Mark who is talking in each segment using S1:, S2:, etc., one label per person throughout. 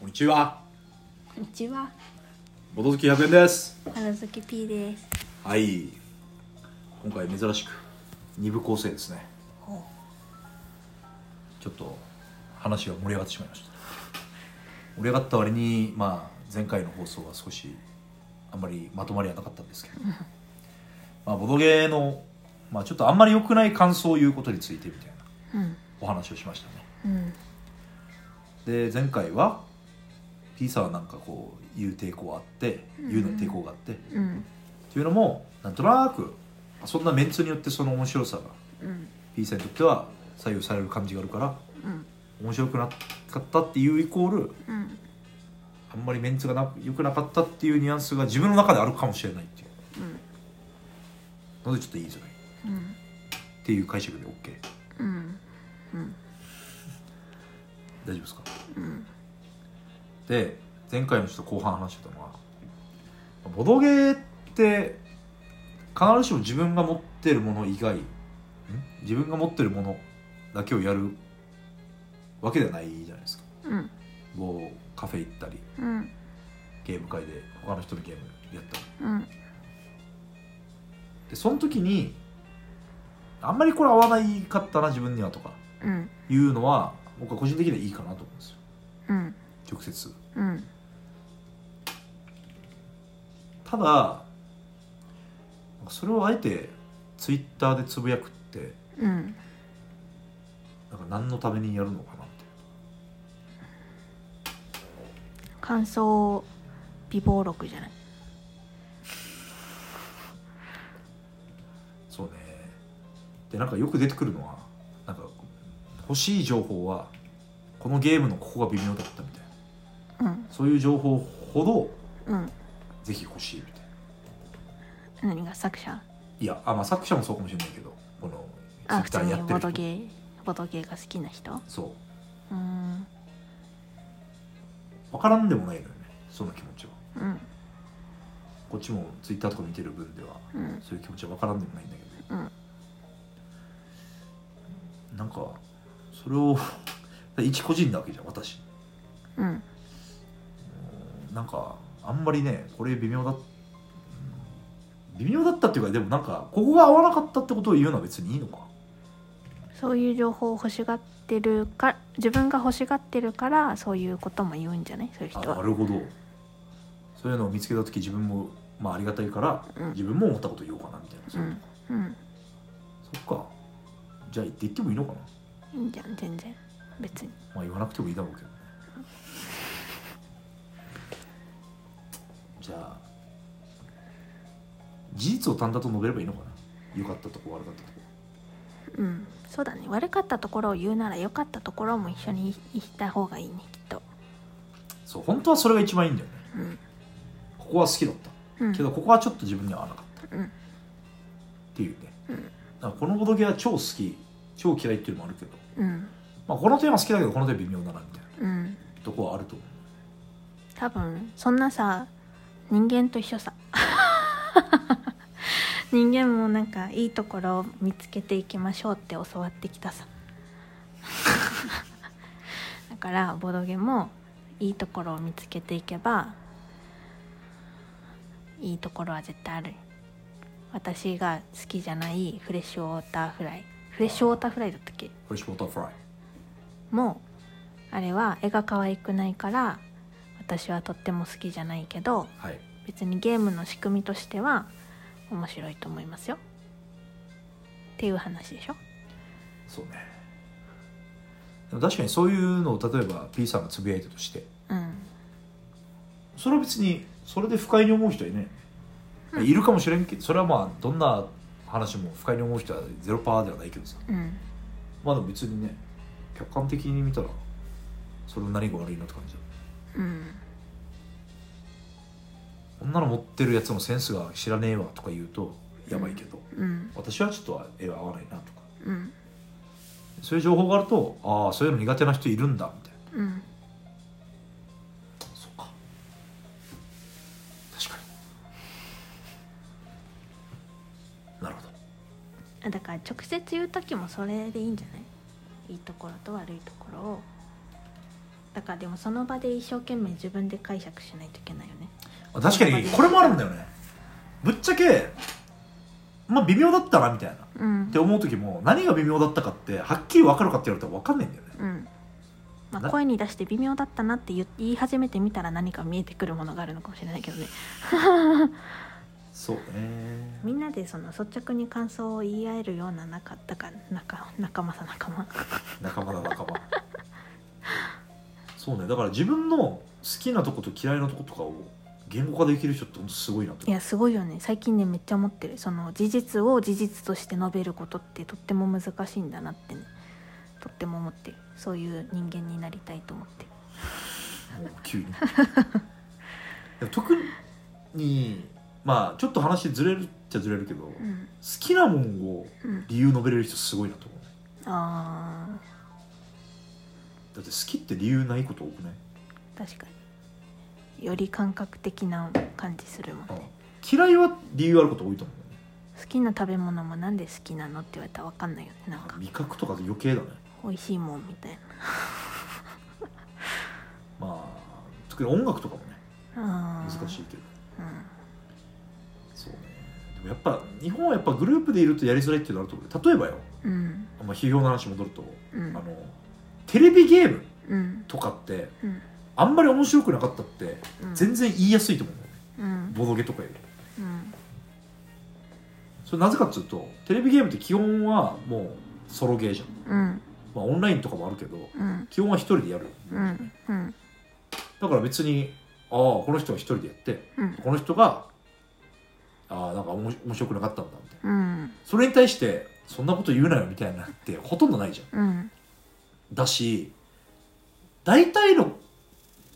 S1: こんにちは。
S2: こんにちは
S1: 元月100円です。
S2: 花月 P です
S1: はい。今回珍しく、二部構成ですね。
S2: ほ
S1: ちょっと、話が盛り上がってしまいました。盛り上がった割に、まあ、前回の放送は少し、あんまりまとまりはなかったんですけど。まあ、ボドゲーの、まあ、ちょっとあんまり良くない感想を言うことについてみたいな
S2: ううん
S1: お話をしましたね。
S2: うん
S1: で前回は P さんはなんかこう言う抵抗あって言うのに抵抗があって、っ
S2: うん
S1: ていうのもなんとなくそんなメンツによってその面白さが
S2: うん
S1: P さんにとっては左右される感じがあるから
S2: うん
S1: 面白くなかったっていうイコール
S2: うん
S1: あんまりメンツがな良くなかったっていうニュアンスが自分の中であるかもしれないっていうのでちょっと言いづらいっていう解釈で OK
S2: うん
S1: 大丈夫ですか
S2: うん
S1: で前回のちょっと後半話してたのはボドゲーって必ずしも自分が持ってるもの以外ん自分が持ってるものだけをやるわけではないじゃないですか
S2: うん
S1: もうカフェ行ったり
S2: うん
S1: ゲーム会で他の人のゲームやったり
S2: うん
S1: でその時にあんまりこれ合わないかったな自分にはとか
S2: うん
S1: いうのは僕は個人的にはいいかなと思うんですよ
S2: うん
S1: 直接
S2: うん
S1: ただなんかそれをあえてツイッターでつぶやくって
S2: うん
S1: なんか何のためにやるのかなって
S2: 感想美貌録じゃない
S1: そうねでなんかよく出てくるのはなんか欲しい情報はこのゲームのここが微妙だったみたいな
S2: うん
S1: そういう情報ほど
S2: うん
S1: ぜひ欲しいみたいな
S2: 何が作者
S1: いやあまあ作者もそうかもしれないけどこの
S2: あ普
S1: ツイッター
S2: 通に
S1: やって
S2: ボ
S1: る
S2: ド
S1: 人
S2: ゲーボドゲーが好きな人
S1: そう
S2: うん
S1: 分からんでもないのよねその気持ちは
S2: うん
S1: こっちもツイッターとか見てる分では
S2: うん
S1: そういう気持ちは分からんでもないんだけど、なんかそれを 一個人なわけじゃん私
S2: うん
S1: なんかあんまりねこれ微妙だうん微妙だったっていうかでもなんかここが合わなかったってことを言うのは別にいいのか
S2: そういう情報を欲しがってるか自分が欲しがってるからそういうことも言うんじゃないそういう人
S1: あ
S2: は
S1: なるほどそういうのを見つけた時自分もまあありがたいから、
S2: うん
S1: 自分も思ったこと言おうかなみたいな、そううん
S2: うん
S1: そっかじゃあ言って言ってもいいのかない
S2: いんじゃん全然別に
S1: まあ言わなくてもいいだろうけどねじゃあ事実を淡々と述べればいいのかな良かったとこ悪かったとこ
S2: うんそうだね悪かったところを言うなら良かったところも一緒に言った方がいいねきっと
S1: そう本当はそれが一番いいんだよね
S2: うん
S1: ここは好きだった
S2: うん
S1: けどここはちょっと自分には合わなかった
S2: うん
S1: っていうね、
S2: うん
S1: だからこのボドゲは超好き超嫌いっていうのもあるけど、
S2: うん
S1: まあ、このテーマ好きだけどこのテーマ微妙だなみたいな
S2: うん
S1: とこはあると思
S2: 多分そんなさ人間と一緒さ 人間もなんかいいところを見つけていきましょうって教わってきたさ だからボドゲもいいところを見つけていけばいいところは絶対ある私が好きじゃないフレッシュウォーターフライフレッシュウォーターフライだったっけ
S1: うフレッシュウォーターフライ
S2: もあれは絵が可愛くないから私はとっても好きじゃないけど
S1: はい
S2: 別にゲームの仕組みとしては面白いと思いますよっていう話でしょ
S1: そうねでも確かにそういうのを例えば P さんがつぶやいたとして
S2: うん
S1: それは別にそれで不快に思う人はいないよね、いるかもしれんけどそれはまあどんな話も不快に思う人はゼロパーではないけどさ
S2: うん
S1: まあでも別にね客観的に見たらそれの何が悪いなって感じだ
S2: うん
S1: こんなの持ってるやつのセンスが知らねえわとか言うとやばいけど、
S2: うん
S1: 私はちょっと絵は合わないなとか
S2: うん
S1: そういう情報があるとああそういうの苦手な人いるんだみたいな
S2: うん
S1: そうか確かになるほど
S2: あだから直接言う時もそれでいいんじゃないいいところと悪いところをだからでもその場で一生懸命自分で解釈しないといけないよね
S1: あ確かにこれもあるんだよねぶっちゃけまあ微妙だったなみたいなっ
S2: うん
S1: て思う時も何が微妙だったかってはっきり分かるかって言われたら分かんないんだよね
S2: うんまあ、
S1: な
S2: 声に出して微妙だったなって言い言い始めてみたら何か見えてくるものがあるのかもしれないけどね
S1: そう
S2: み
S1: ね
S2: んなでその率直に感想を言い合えるような仲だから仲仲間さ仲間
S1: 仲間だ仲間そうねだから自分の好きなとこと嫌いなとことかを言語化できる人ってほんとすごいなと
S2: いやすごいよね最近ねめっちゃ思ってるその事実を事実として述べることってとっても難しいんだなってねとっても思ってるそういう人間になりたいと思ってる
S1: もう急に でも特にまあちょっと話ずれるっちゃずれるけど、好
S2: うん
S1: きなもんを
S2: うん
S1: 理由述べれる人すごいなと思うね
S2: あ
S1: だって好きって理由ないこと多くない、
S2: ー確かにより感覚的な感じするもん
S1: うん
S2: ね
S1: 嫌いは理由あること多いと思うね
S2: 好きな食べ物もなんで好きなのって言われたら分かんないよねなんか
S1: 味覚とかで余計だね
S2: 美味しいもんみたいな
S1: まあ特に音楽とかもね
S2: あ
S1: 難
S2: ー
S1: しいけど
S2: う
S1: そうねでもやっぱ日本はやっぱグループでいるとやりづらいっていうのあると思う例えばよ、
S2: んうん
S1: まあ、批評の話戻ると、
S2: う
S1: あ
S2: ん
S1: のテレビゲーム
S2: うん
S1: とかって
S2: うん
S1: あんまり面白くなかったって
S2: うん
S1: 全然言いやすいと思う、
S2: うん
S1: ボドゲとかより
S2: うん
S1: それなぜかっていうとテレビゲームって基本はもうソロゲーじゃん、
S2: うん
S1: まあ、オンラインとかもあるけど
S2: うん
S1: 基本は一人でやる、
S2: うんうん
S1: だから別にああこの人は一人でやって
S2: うん
S1: この人がああなんか面面白くなかったんだみたいな
S2: うん
S1: それに対してそんなこと言うなよみたいなってほとんどないじゃん
S2: うん
S1: だし大体の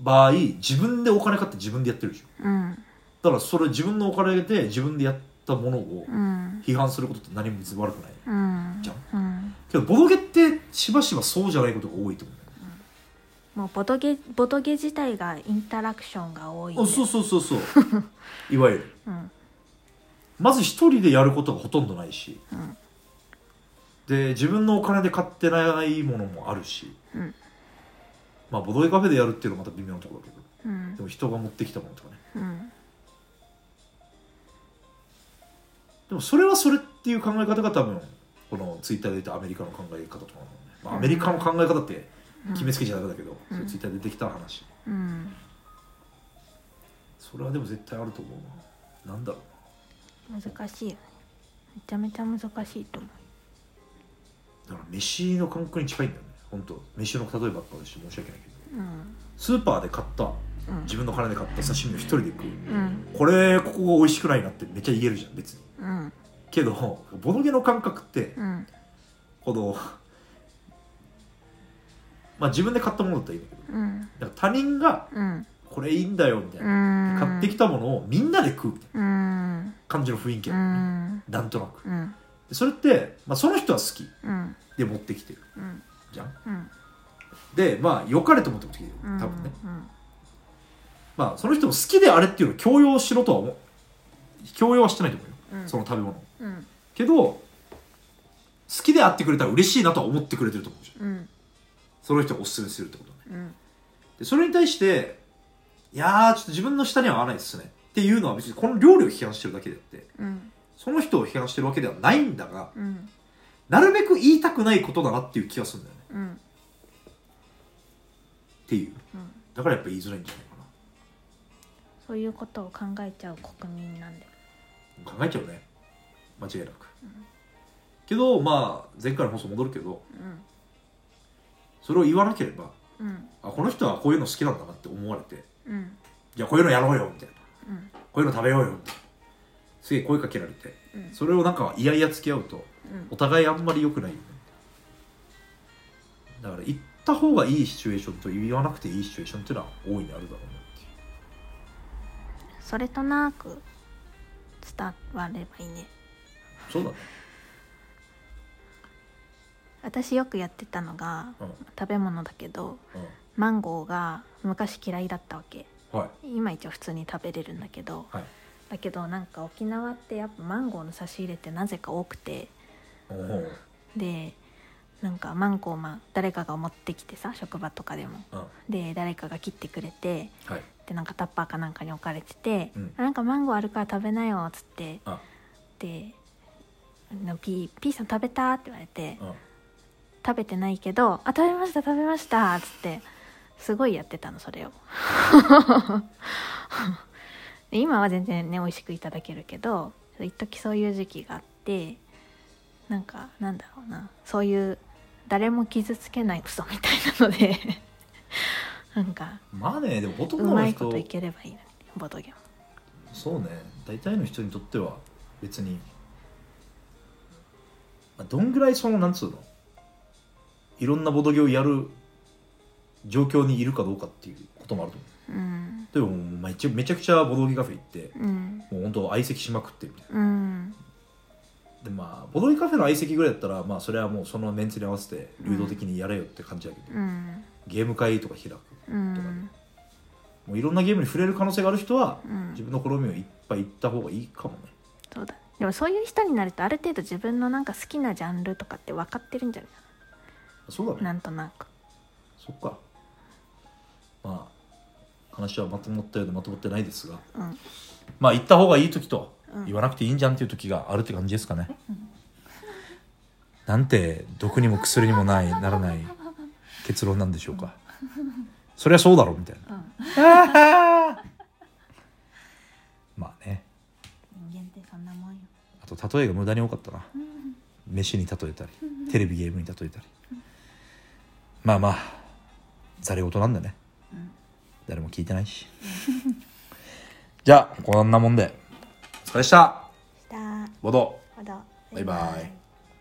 S1: 場合自分でお金買って自分でやってるでしょ
S2: うん
S1: だからそれ自分のお金で自分でやったものを
S2: うん
S1: 批判することって何も別に悪くない
S2: うんうん
S1: けどボドゲってしばしばそうじゃないことが多いと思
S2: もうボトゲボトゲ自体がインタラクションが多い、ね、
S1: うあそうそうそう そういわゆる
S2: うん
S1: まず一人でやることがほとんどないし
S2: うん
S1: で自分のお金で買ってないものもあるし、
S2: うん
S1: まあボドゲカフェでやるっていうのはまた微妙なところだけど
S2: うん
S1: でも人が持ってきたものとかね
S2: うん
S1: でもそれはそれっていう考え方が多分このツイッターで言ったアメリカの考え方とかなのね、まあ、アメリカの考え方って決めつけちゃダメだけど、
S2: うん
S1: それツイッターで出てきた話、
S2: うん
S1: それはでも絶対あると思うななんだろう
S2: 難しいよねめちゃめちゃ難しいと思
S1: だから飯の感覚に近いんだよね本当飯の例えばっかだし申し訳ないけど
S2: ううん
S1: スーパーで買った
S2: うん
S1: 自分の金で買った刺身を一人で食う
S2: うん
S1: これここが美味しくないなってめっちゃ言えるじゃん別に
S2: うん
S1: けどボドゲの感覚って
S2: うん
S1: このまあ自分で買ったものだったらいいんだけど
S2: うん
S1: だから他人が
S2: うん
S1: これいいんだよみたいな、
S2: うん
S1: 買ってきたものをみんなで食うみたいな
S2: うん
S1: 感じの雰囲気
S2: う
S1: なのね
S2: ん
S1: なんとなく
S2: うん
S1: でそれって、まあ、その人は好き
S2: うん
S1: で持ってきてる
S2: うん
S1: じゃん
S2: うん
S1: でまあ良かれと思って持ってきてる
S2: うん
S1: 多分ね、
S2: うん
S1: まあその人も好きであれっていうのを強要しろとは思う強要はしてないと思うよ、
S2: うん
S1: その食べ物を
S2: うん
S1: けど好きであってくれたら嬉しいなとは思ってくれてると思うじゃん
S2: うん
S1: その人をおすすめするってことね
S2: うん
S1: でそれに対していやーちょっと自分の下には合わないですねっていうのは別にこの料理を批判してるだけであって
S2: うん
S1: その人を批判してるわけではないんだが
S2: うん
S1: なるべく言いたくないことだなっていう気がするんだよね
S2: うん
S1: っていう
S2: うん
S1: だからやっぱ言いづらいんじゃないか
S2: そういうことを考えちゃう国民なんだよ
S1: な考えちゃうね間違いなく、けどまあ前回の放送戻るけどそれを言わなければ
S2: うんうん
S1: あこの人はこういうの好きなんだなって思われて
S2: うん
S1: じゃあこういうのやろうよみたいな
S2: うん
S1: こういうの食べようよみたいなすげえ声かけられて
S2: うん
S1: それをなんかいやいや付き合うと
S2: うん
S1: お互いあんまり良くないよねだから行った方がいいシチュエーションと言わなくていいシチュエーションっていうのは大いにあるだろうなっていう
S2: それとなく伝わればいいね
S1: そうだね
S2: 私よくやってたのが
S1: うん
S2: 食べ物だけど
S1: う
S2: マンゴーが昔嫌いだったわけ
S1: んはい
S2: 今一応普通に食べれるんだけど、
S1: はい
S2: だけどなんか沖縄ってやっぱマンゴーの差し入れってなぜか多くて
S1: おー
S2: でなんかマンコを、まあ、誰かが持ってきてさ職場とかでも
S1: うんは
S2: で誰かが切ってくれて
S1: い
S2: でなんかタッパーかなんかに置かれてて「
S1: うん
S2: あなんかマンゴーあるから食べなよ」っつって
S1: あ
S2: での P「P さん食べた?」って言われて
S1: うん
S2: 「食べてないけどあ食べました食べました」っつってすごいやってたのそれを。 で今は全然ね美味しくいただけるけど一時そういう時期があってなんかなんだろうなそういう誰も傷つけないクソみたいなので なんか
S1: まあねでもほとん
S2: う
S1: どの
S2: まいこ
S1: 人
S2: といければいいのにボドゲも
S1: そうね大体の人にとっては別に、まあ、どんぐらいそのなんつうのいろんなボドゲをやる状況にいるかどうかっていうこともあると思
S2: うん
S1: うでももうめちゃめちゃくちゃボドゲカフェ行って
S2: うん
S1: もう本当相席しまくってみたい
S2: うん
S1: なでまあボドゲカフェの相席ぐらいだったらまあそれはもうそのメンツに合わせて流動的にやれよって感じだけど、
S2: うん
S1: ゲーム会とか開く
S2: うん
S1: もういろんなゲームに触れる可能性がある人は
S2: うん
S1: 自分の好みをいっぱい行った方がいいかもね
S2: そうだでもそういう人になるとある程度自分のなんか好きなジャンルとかって分かってるんじゃないか
S1: そうだね
S2: ななんとなく
S1: そっかまあ話はまとまったようでまとまってないですが
S2: うん
S1: まあ行った方がいい時と
S2: うん
S1: 言わなくていいんじゃんっていう時があるって感じですかね、なんて毒にも薬にもないなら ない結論なんでしょうかそりゃそうだろうみたいな、あはー まあね
S3: 人間ってそんなもんよ
S1: あと例えが無駄に多かったな飯に例えたりテレビゲームに例えたりまあまあざれ言なんだね誰も聞いてないし じゃあこんなもんでお疲れでした
S2: した
S1: ボド
S2: ほど
S1: バイバイ